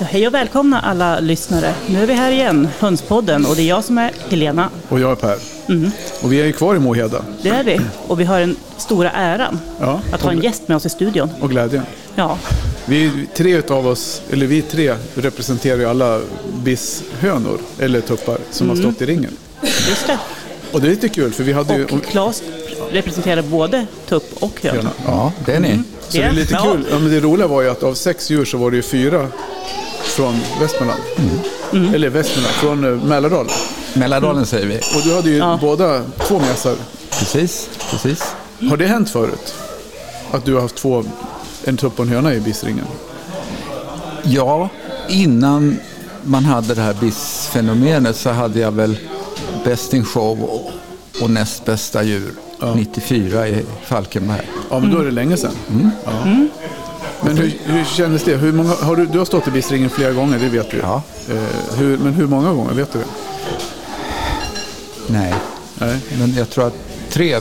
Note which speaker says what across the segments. Speaker 1: hej och välkomna alla lyssnare. Nu är vi här igen, Hönspodden, och det är jag som är Helena.
Speaker 2: Och jag är Per.
Speaker 1: Mm.
Speaker 2: Och vi är ju kvar i Moheda.
Speaker 1: Det är vi, och vi har den stora äran
Speaker 2: Ja.
Speaker 1: att ha en gäst med oss i studion.
Speaker 2: Och glädjen.
Speaker 1: Ja,
Speaker 2: Vi tre utav oss, eller vi tre, representerar ju alla bisshönor, eller tuppar, som har
Speaker 1: Mm.
Speaker 2: stått i ringen.
Speaker 1: just det.
Speaker 2: Och det är lite kul, för vi hade ju...
Speaker 1: Och Claes representerar både tupp och höna.
Speaker 3: Ja, det är ni.
Speaker 2: Så det är lite
Speaker 1: Mm. Ja.
Speaker 2: kul. Ja, men det roliga var ju att av sex djur så var det ju fyra från Västmanland.
Speaker 1: Mm.
Speaker 2: Eller Västmanland, från eh, Mälardalen.
Speaker 3: Mälardalen säger vi.
Speaker 2: Och du hade ju båda två mesar.
Speaker 3: Precis, precis.
Speaker 2: Har det hänt förut? Att du har haft två, en tupp och en höna i bisringen?
Speaker 3: Ja, innan man hade det här BIS-fenomenet så hade jag väl Best in Show och, och näst bästa djur. 94 i Falkenberg.
Speaker 2: Ja, men då är det länge sedan. Ja. Men hur, hur kändes det? Hur många, har du, du har stått i Bisringen flera gånger, det vet du.
Speaker 3: Ja.
Speaker 2: Eh, hur, men hur många gånger, vet du det?
Speaker 3: Nej,
Speaker 2: Nej.
Speaker 3: men jag tror att tre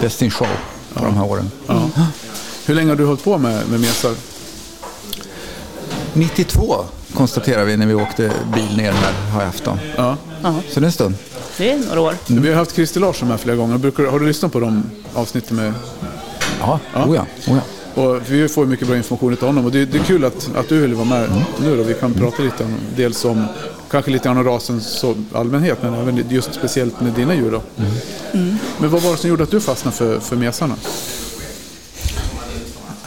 Speaker 3: Best in Show på de här åren.
Speaker 2: Ja. Hur länge har du hållit på med, med mesar?
Speaker 3: 92 konstaterar vi när vi åkte bil ner här, har jag haft dem.
Speaker 2: Ja.
Speaker 3: Så det är en stund.
Speaker 1: Det är några år.
Speaker 2: Vi har haft Christer Larsson här flera gånger. Brukar, du- har du lyssnat på de avsnitten? Med,
Speaker 3: Ja, oh ja, oh ja.
Speaker 2: och vi får ju mycket bra information av honom. Och det, det är kul att, att du ville vara med nu då. Vi kan prata lite om, dels om kanske lite grann om rasen som allmänhet, men även just speciellt med dina djur. Då. Men vad var det som gjorde att du fastnade för, för mesarna?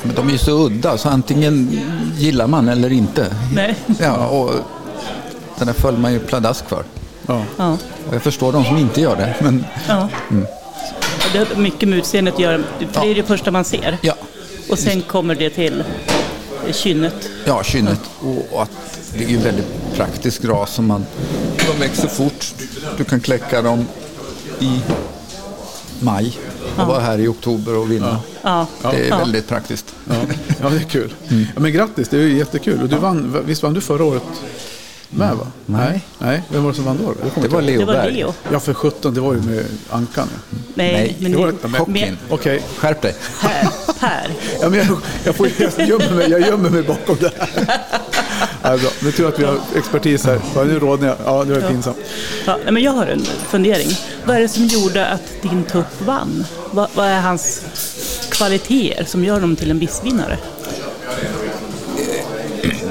Speaker 3: Men de är ju så udda, så antingen gillar man eller inte.
Speaker 1: Nej.
Speaker 3: Ja, och den där föll man ju pladask för.
Speaker 2: Ja.
Speaker 1: Ja.
Speaker 3: Och jag förstår de som inte gör det, men
Speaker 1: Ja. Och Det har mycket med utseendet att göra, för det är det första man ser.
Speaker 3: ja,
Speaker 1: Och sen kommer det till eh, kynnet.
Speaker 3: ja kynnet. Och och att det är ju en väldigt praktisk ras som man... De växer fort, du kan kläcka dem i maj och vara här i oktober och vinna.
Speaker 1: Ja.
Speaker 3: Det är
Speaker 1: Ja.
Speaker 3: väldigt praktiskt.
Speaker 2: Ja, ja det är kul. Ja, men grattis, det är ju jättekul. Och du vann, visst vann du förra året med va?
Speaker 3: Nej.
Speaker 2: Nej, vem var det som vann då? Det kommer
Speaker 3: Det var
Speaker 2: inte ihåg.
Speaker 3: Leo
Speaker 1: Det var
Speaker 3: Berg.
Speaker 1: Leo.
Speaker 2: Ja, för 17, det var ju med Ankan.
Speaker 1: Nej,
Speaker 3: Nej,
Speaker 1: men
Speaker 2: det var
Speaker 1: ni-
Speaker 2: inte med.
Speaker 3: Hockeyn.
Speaker 2: Okej,
Speaker 3: Skärp dig.
Speaker 1: Per, per.
Speaker 2: ja, men jag, jag, får, jag, gömmer mig, jag gömmer mig bakom det här. Ja, bra. Nu tror jag att vi har expertis här. Ja, nu rådnar jag. Ja, det var pinsamt.
Speaker 1: Ja, nej, men jag har en fundering. Vad är det som gjorde att din tupp vann? Vad, vad är hans kvaliteter som gör honom till en bissvinnare?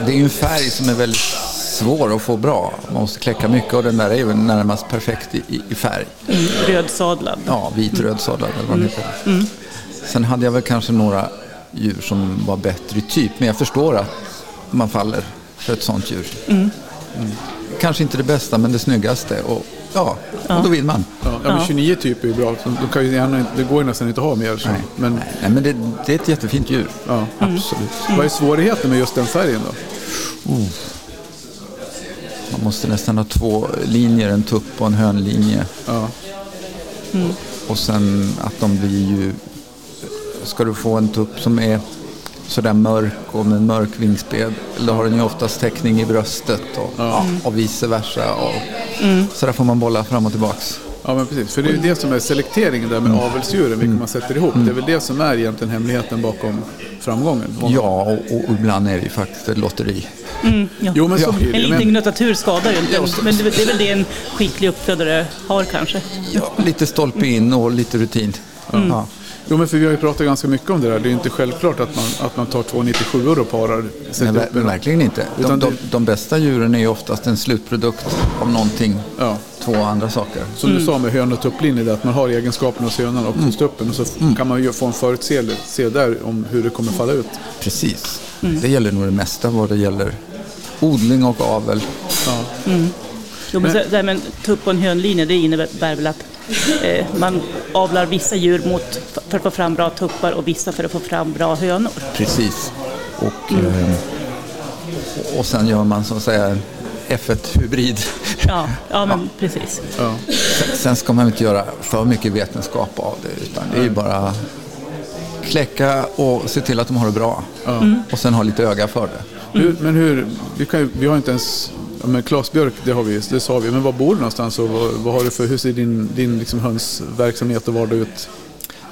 Speaker 3: Det är ju en färg som är väldigt svår att få bra. Man måste kläcka mycket och den där är ju närmast perfekt i, i- i färg.
Speaker 1: Rödsadlad.
Speaker 3: Ja, vit rödsadlad eller vad det heter. Sen hade jag väl kanske några djur som var bättre i typ, men jag förstår att man faller för ett sånt djur. Mm. Kanske inte det bästa, men det snyggaste. Och, ja, och då vinner man.
Speaker 2: Ja, ja, men 29 typer är ju bra. De kan ju gärna, det går ju nästan inte att ha mer. Så.
Speaker 3: Nej,
Speaker 2: Men
Speaker 3: Nej, men det, det är ett jättefint djur.
Speaker 2: Ja.
Speaker 3: Absolut.
Speaker 2: vad är svårigheten med just den färgen då?
Speaker 3: Man måste nästan ha två linjer, en tupp och en hönlinje.
Speaker 2: Ja.
Speaker 3: Och sen att de blir ju... Ska du få en tupp som är sådär mörk och med en mörk vingsped, då har den ju oftast täckning i bröstet och, ja, och vice versa. Och, Så där får man bolla fram och tillbaks.
Speaker 2: Ja, men precis. För det är ju det som är selekteringen där med
Speaker 3: Mm.
Speaker 2: avelsdjuren, vilka man sätter ihop. Det är väl det som är egentligen hemligheten bakom framgången.
Speaker 3: Ja, och, och ibland är det ju faktiskt ett lotteri.
Speaker 1: Ja.
Speaker 2: Jo, men så
Speaker 3: Ja.
Speaker 2: blir
Speaker 1: En
Speaker 2: det.
Speaker 1: liten
Speaker 2: Men,
Speaker 1: gnutta tur skadar ju
Speaker 3: Ja,
Speaker 1: inte,
Speaker 3: så-
Speaker 1: men det, det är väl det en skicklig uppfödare har kanske.
Speaker 3: Ja, lite stolpe in och lite rutin. Ja.
Speaker 2: jo, men för vi har ju pratat ganska mycket om det där. Det är ju inte självklart att man, att man tar två 97 och parar.
Speaker 3: Nej,
Speaker 2: Sätter
Speaker 3: ver-
Speaker 2: upp en,
Speaker 3: verkligen inte. De,
Speaker 2: Utan
Speaker 3: de,
Speaker 2: det-
Speaker 3: de bästa djuren är ju oftast en slutprodukt av någonting,
Speaker 2: Ja.
Speaker 3: två andra saker.
Speaker 2: som du sa med hön och tupplinje, där, att man har egenskaperna hos hönan
Speaker 3: Mm.
Speaker 2: och hos tuppen. Och så f- kan man ju få en förutseende se där om hur det kommer falla ut.
Speaker 3: Precis.
Speaker 2: Mm.
Speaker 3: Det gäller nog det mesta vad det gäller odling och avel.
Speaker 2: Ja.
Speaker 1: Jo, men, så, det här med en tupp och en hönlinje det innebär väl att eh, man avlar vissa djur mot, för att få fram bra tuppar och vissa för att få fram bra hönor.
Speaker 3: Precis. Och,
Speaker 2: Mm.
Speaker 3: eh, och- och sen gör man så att säga F1-hybrid.
Speaker 1: Ja, ja men precis.
Speaker 2: Ja.
Speaker 3: Sen ska man inte göra för mycket vetenskap av det utan det är ju bara kläcka och se till att de har det bra.
Speaker 2: Mm.
Speaker 3: Och sen ha lite öga för det.
Speaker 2: Hur, men hur, vi, kan, ju- vi har inte ens, ja, men Claes Björk, det har vi, det sa vi, men var bor du någonstans och vad, vad har du för, hur ser din, din liksom hönsverksamhet och vardag ut?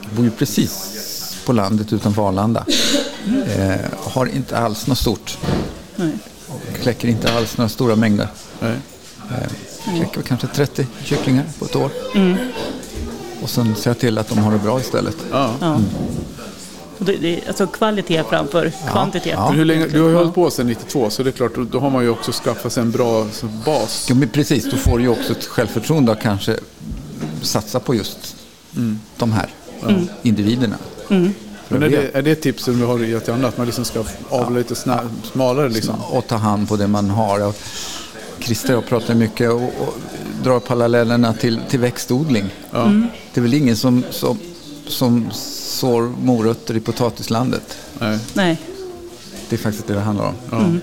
Speaker 3: Jag bor ju precis på
Speaker 1: Mm.
Speaker 3: landet utanför Arlanda. Eh, har inte alls något stort. Och kläcker inte alls några stora mängder.
Speaker 2: Nej.
Speaker 3: Eh, Kläcker väl kanske 30 kycklingar på ett år. Och sen ser jag till att de har det bra istället.
Speaker 2: Ja.
Speaker 1: Ja.
Speaker 3: Mm.
Speaker 1: Och det, det, alltså kvalitet framför kvantitet.
Speaker 3: ja.
Speaker 2: Men hur länge, du har ju hållit på sedan 92 så det är klart, då- då har man ju också skaffat sig en bra så, bas.
Speaker 3: Ja, men precis, då får du ju också ett självförtroende att kanske satsa på just de här individerna. För
Speaker 2: Men
Speaker 3: att
Speaker 2: är
Speaker 3: veta
Speaker 2: det, är det tipsen vi har att ge till andra? Att man liksom ska avla lite sna, smalare liksom?
Speaker 3: och ta hand på det man har. Och Christer och jag pratar mycket och, och drar parallellerna till, till växtodling. Mm. Det är väl ingen som, som, som sår morötter i potatislandet.
Speaker 2: Nej.
Speaker 1: Nej.
Speaker 3: Det är faktiskt det det handlar om. Mm.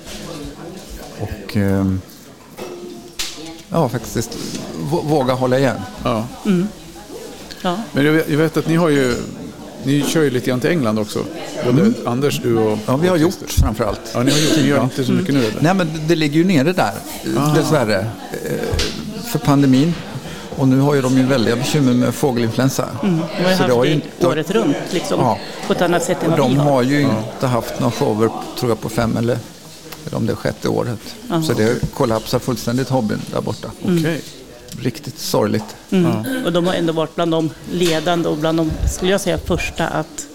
Speaker 3: Och ehm, ja, faktiskt vå- våga hålla igen.
Speaker 2: Ja.
Speaker 1: Ja.
Speaker 2: Men jag vet, jag vet att ni har ju, ni kör ju lite grann till England också. Både Anders, du och...
Speaker 3: Mm. Ja, vi har gjort framförallt.
Speaker 2: Ja, ni har gjort, ni gör inte så mycket nu eller?
Speaker 3: Nej, men det ligger ju nere där, dessvärre, eh, för pandemin. Och nu har ju de ju väldiga bekymmer med fågelinfluensa.
Speaker 1: Mm. De har ju
Speaker 3: Så det
Speaker 1: haft
Speaker 3: har
Speaker 1: det
Speaker 3: ju inte-
Speaker 1: året runt liksom,
Speaker 3: Ja.
Speaker 1: på ett annat sätt än vad vi
Speaker 3: De
Speaker 1: har.
Speaker 3: har ju inte haft några shower, tror jag, på fem eller, eller om det är sjätte året. Så det kollapsar fullständigt hobbyn där borta.
Speaker 1: Mm.
Speaker 2: Okej.
Speaker 3: Riktigt sorgligt.
Speaker 1: Och de har ändå varit bland de ledande och bland de, skulle jag säga, första att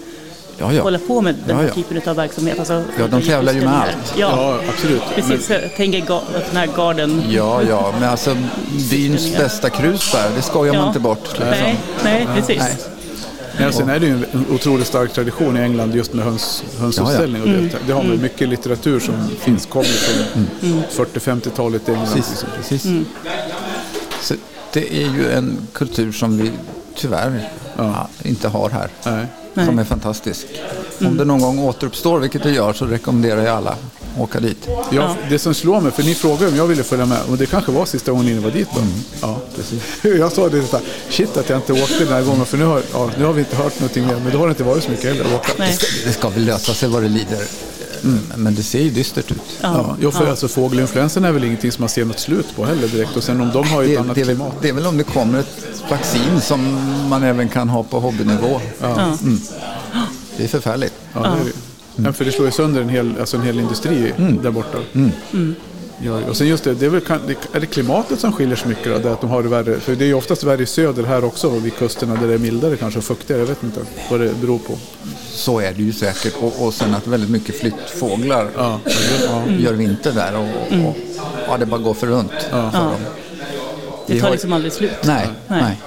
Speaker 3: Ja, ja.
Speaker 1: hålla på med den här
Speaker 3: Ja, ja.
Speaker 1: typen av verksamhet. Alltså,
Speaker 3: Ja, de tävlar ju med
Speaker 1: utställningar.
Speaker 3: allt.
Speaker 1: Ja,
Speaker 2: Ja, absolut.
Speaker 1: precis.
Speaker 2: Men,
Speaker 1: Jag tänker ga- den här garden.
Speaker 3: Ja, ja, men alltså byns bästa krusbär, det skojar man
Speaker 1: Ja.
Speaker 3: inte bort. Liksom.
Speaker 1: Nej, nej, precis.
Speaker 3: Nej.
Speaker 2: nej, sen är det ju en- en otroligt stark tradition i England just med höns, hönsuppställning. Och det, det har
Speaker 3: Mm.
Speaker 2: väl mycket litteratur som finns, kommer från 40-50-talet i England.
Speaker 3: Precis.
Speaker 2: liksom.
Speaker 3: precis. Så det är ju en kultur som vi tyvärr ja, inte har här.
Speaker 2: Nej. Mm.
Speaker 3: Som är fantastisk. Om det någon gång återuppstår, vilket det gör, så rekommenderar jag alla att åka dit.
Speaker 2: Ja, Det som slår mig, för ni frågade om jag ville följa med och det kanske var sista gången ni var dit då.
Speaker 3: Mm.
Speaker 2: Ja, precis. Jag sa det så här, shit att jag inte åkte den här gången för nu har, ja, nu har vi inte hört någonting mer men då har det inte varit så mycket heller att åka.
Speaker 3: Det
Speaker 1: Nej.
Speaker 3: ska, det ska väl lösa sig vad det lider. Mm, Men det ser ju dystert ut.
Speaker 2: Ja, ja, för alltså fågelinfluensan är väl ingenting som man ser något slut på heller direkt och sen om de har ju ett
Speaker 3: Det,
Speaker 2: annat
Speaker 3: det, är väl,
Speaker 2: klimat.
Speaker 3: det är väl om det kommer ett vaccin som man även kan ha på hobbynivå. Mm. Det är förfärligt.
Speaker 2: Ja, det är det. Ja, för det slår ju sönder en hel, alltså en hel industri
Speaker 3: Mm.
Speaker 2: där borta. Mm. Ja, och sen just det, det är, väl, kan- det- är det klimatet som skiljer sig mycket då? Det är att de har det värre, för det är ju oftast värre i söder här också och vid kusterna där det är mildare kanske och fuktigare. Jag vet inte vad det beror på.
Speaker 3: Så är det ju säkert. Och, och sen att väldigt mycket flyttfåglar
Speaker 1: Mm.
Speaker 3: gör vinter där. Och, och, och, ja, det bara går för runt för dem.
Speaker 1: Det
Speaker 3: Vi
Speaker 1: tar
Speaker 3: har-
Speaker 1: liksom aldrig slut.
Speaker 3: Nej, nej.
Speaker 1: Nej.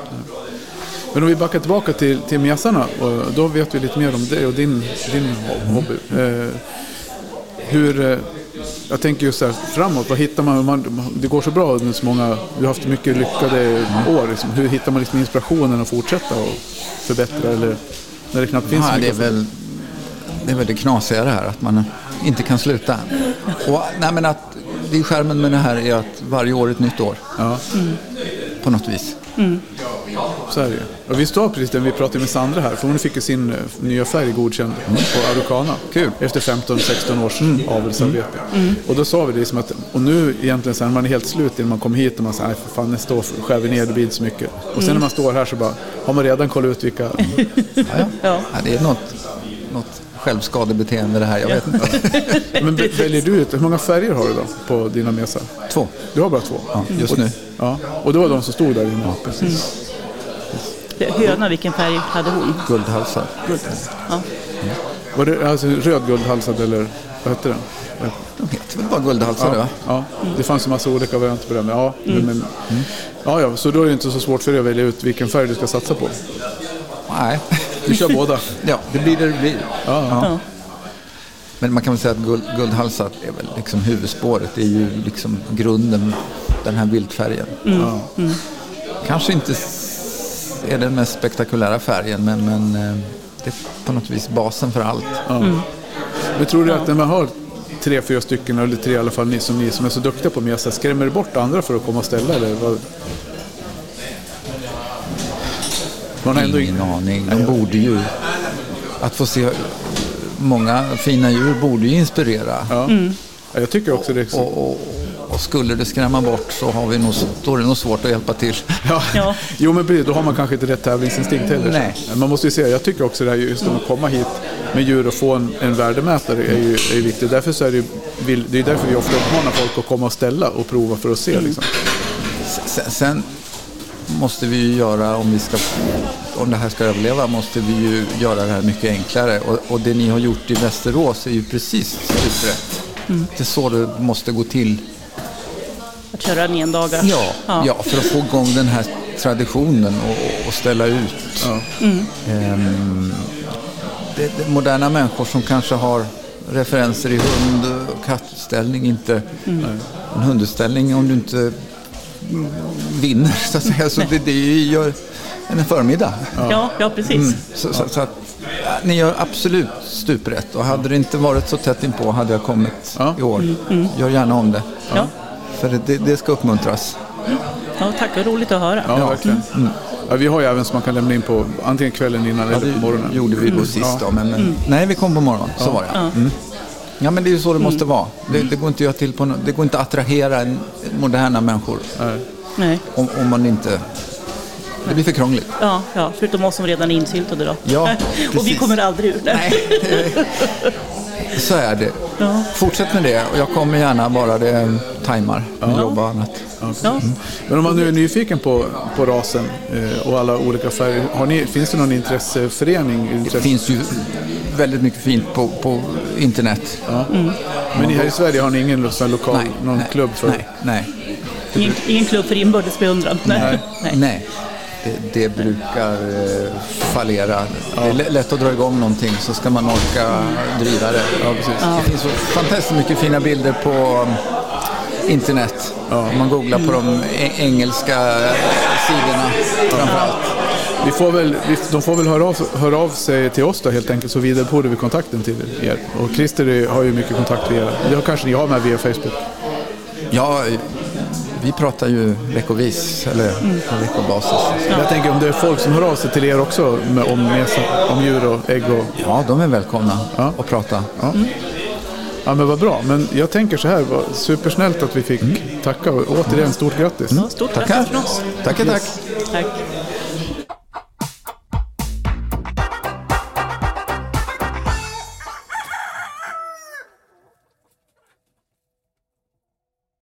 Speaker 2: Men om vi backar tillbaka till, till mesarna, och då vet vi lite mer om dig och din, din hobby. Eh, hur, eh, jag tänker just så här, framåt, vad hittar man, man? Det går så bra under så många, du har haft mycket lyckade år. Liksom. Hur hittar man liksom inspirationen att fortsätta och förbättra? Eller, när det knappt finns så
Speaker 3: Ja, det, är
Speaker 2: mycket.
Speaker 3: väl, det är väl det knasiga det här, att man inte kan sluta. Och, nej, men att, det är skärmen med det här är att varje år är ett nytt år.
Speaker 2: Ja,
Speaker 3: På något vis.
Speaker 2: så är det ju. Och vi står precis där vi pratade med Sandra här, för hon fick ju sin eh, nya färg godkänd på Araucana.
Speaker 3: Kul. Mm.
Speaker 2: Efter 15-16 års avelsarbete. Och då sa vi det som att, och nu egentligen så här, när man är helt slut innan man kom hit och man säger, nej för fan nästa år skär vi ner, det blir inte så mycket. Och sen
Speaker 3: Mm.
Speaker 2: när man står här så bara, har man redan kollat ut vilka...
Speaker 3: Ja, ja.
Speaker 1: Ja.
Speaker 3: Ja, det är något, något självskadebeteende det här, jag vet inte.
Speaker 2: Men vä- väljer du ut, hur många färger har du då på dina mesar?
Speaker 3: Två.
Speaker 2: Du har bara två?
Speaker 3: Ja, just nu.
Speaker 2: Ja, och det var de som stod där inne.
Speaker 1: Det- Höna, vilken färg hade hon?
Speaker 3: Guldhalsar.
Speaker 1: Guld. Ja.
Speaker 2: Var det alltså röd guldhalsad eller vad hette den?
Speaker 3: De heter väl bara guldhalsar, va?
Speaker 2: Ja, det fanns en massa olika varianter på det. Men ja, men, ja, ja, så då är det inte så svårt för dig att välja ut vilken färg du ska satsa på.
Speaker 3: Nej.
Speaker 2: Du kör båda.
Speaker 3: Ja, det blir det det blir.
Speaker 1: Ja.
Speaker 3: Men man kan väl säga att guld, guldhalsar är väl liksom huvudspåret. Det är ju liksom grunden, den här viltfärgen. Kanske inte s- är den mest spektakulära färgen, men, men eh, det är på något vis basen för allt.
Speaker 2: Men tror du att när man har tre, fyra stycken, eller tre i alla fall, ni som, ni som är så duktiga på mesa, skrämmer det bort andra för att komma och ställa? Eller vad? Man har ändå
Speaker 3: Ingen aning. De borde ju... Att få se många fina djur borde ju inspirera.
Speaker 2: Ja. Ja, jag tycker också det.
Speaker 3: Och, och, och skulle det skrämma bort så har vi nog, då är det nog svårt att hjälpa till.
Speaker 2: Ja.
Speaker 1: Ja.
Speaker 2: Jo men precis, då har man kanske inte rätt tävlingsinstinkt heller.
Speaker 3: Nej.
Speaker 2: Man måste ju se, jag tycker också det här just om att komma hit med djur och få en, en värdemätare är ju är ju viktigt. Därför så är det ju vill, det är därför vi ofta uppmanar folk att komma och ställa och prova för att se.
Speaker 3: Mm.
Speaker 2: Liksom.
Speaker 3: Sen, sen måste vi ju göra, om, vi ska, om det här ska överleva, måste vi ju göra det här mycket enklare. Och, och det ni har gjort i Västerås är ju precis rätt. Det är så det måste gå till.
Speaker 1: Att köra en dagar.
Speaker 3: Ja, ja. för att få igång den här traditionen och, och ställa ut. Ehm, det, det, moderna människor som kanske har referenser i hund och kattställning, inte en hundutställning om du inte mm, vinner så att säga. Så det, det gör en förmiddag.
Speaker 1: Ja, ja precis.
Speaker 3: Så, så, så att, ja, ni gör absolut stuprätt och hade det inte varit så tätt inpå hade jag kommit
Speaker 2: Ja.
Speaker 3: i år. Gör gärna om det.
Speaker 1: Ja.
Speaker 3: För det, det ska uppmuntras.
Speaker 1: Ja, tack, vad roligt att höra.
Speaker 2: Ja, verkligen.
Speaker 3: Mm.
Speaker 2: Ja, vi har ju även som man kan lämna in på antingen kvällen innan eller på morgonen. Mm.
Speaker 3: Det gjorde vi då sist
Speaker 2: Ja.
Speaker 3: då, men, men nej vi kom på morgonen, så var det. Mm. Ja men det är ju så det måste vara. Det, det går inte att göra till på nå- det går inte att attrahera en, moderna människor
Speaker 2: Nej.
Speaker 1: Nej.
Speaker 3: om, om man inte... Det blir för krångligt.
Speaker 1: Ja, ja, förutom oss som redan är insyltade då.
Speaker 3: Ja,
Speaker 1: och vi
Speaker 3: precis.
Speaker 1: kommer aldrig ur det.
Speaker 3: Nej, det- så är det.
Speaker 1: Ja.
Speaker 3: Fortsätt med det och jag kommer gärna bara det eh, tajmar med jobb och annat.
Speaker 1: Ja.
Speaker 3: Mm.
Speaker 2: Men om man nu är nyfiken på, på rasen eh, och alla olika färger, har ni, finns det någon intresseförening?
Speaker 3: Det
Speaker 2: Intresse?
Speaker 3: finns ju väldigt mycket fint på, på internet.
Speaker 2: Men här i Sverige har ni ingen lo- sån här lokal, någon klubb för?
Speaker 3: Nej, nej.
Speaker 1: Ingen, ingen klubb för inbördes beundran. Nej. Nej.
Speaker 3: Nej, det, det brukar eh, fallera. Det är lä- lätt att dra igång någonting så ska man orka driva det. Det finns så fantastiskt mycket fina bilder på um, internet. Om man googlar på
Speaker 1: Mm.
Speaker 3: de e- engelska sidorna framförallt.
Speaker 2: Vi får väl, vi, de får väl höra av, höra av sig till oss då helt enkelt så vidarebefordrar vi kontakten till er. Och Christer eh, har ju mycket kontakt via, det kanske ni har med via Facebook.
Speaker 3: Ja, vi pratar ju veckovis, eller
Speaker 1: Mm.
Speaker 3: på veckobasis.
Speaker 2: Jag tänker om det är folk som hör av sig till er också med, om, mesa- om djur och ägg och
Speaker 3: Ja, de är välkomna
Speaker 2: Ja.
Speaker 3: att prata.
Speaker 1: Mm.
Speaker 2: Ja men vad bra, men jag tänker så här, vad supersnällt att vi fick tacka och återigen stort grattis.
Speaker 1: Stort
Speaker 3: Tackar.
Speaker 1: grattis från oss.
Speaker 3: Tackar, tack.
Speaker 1: Tack.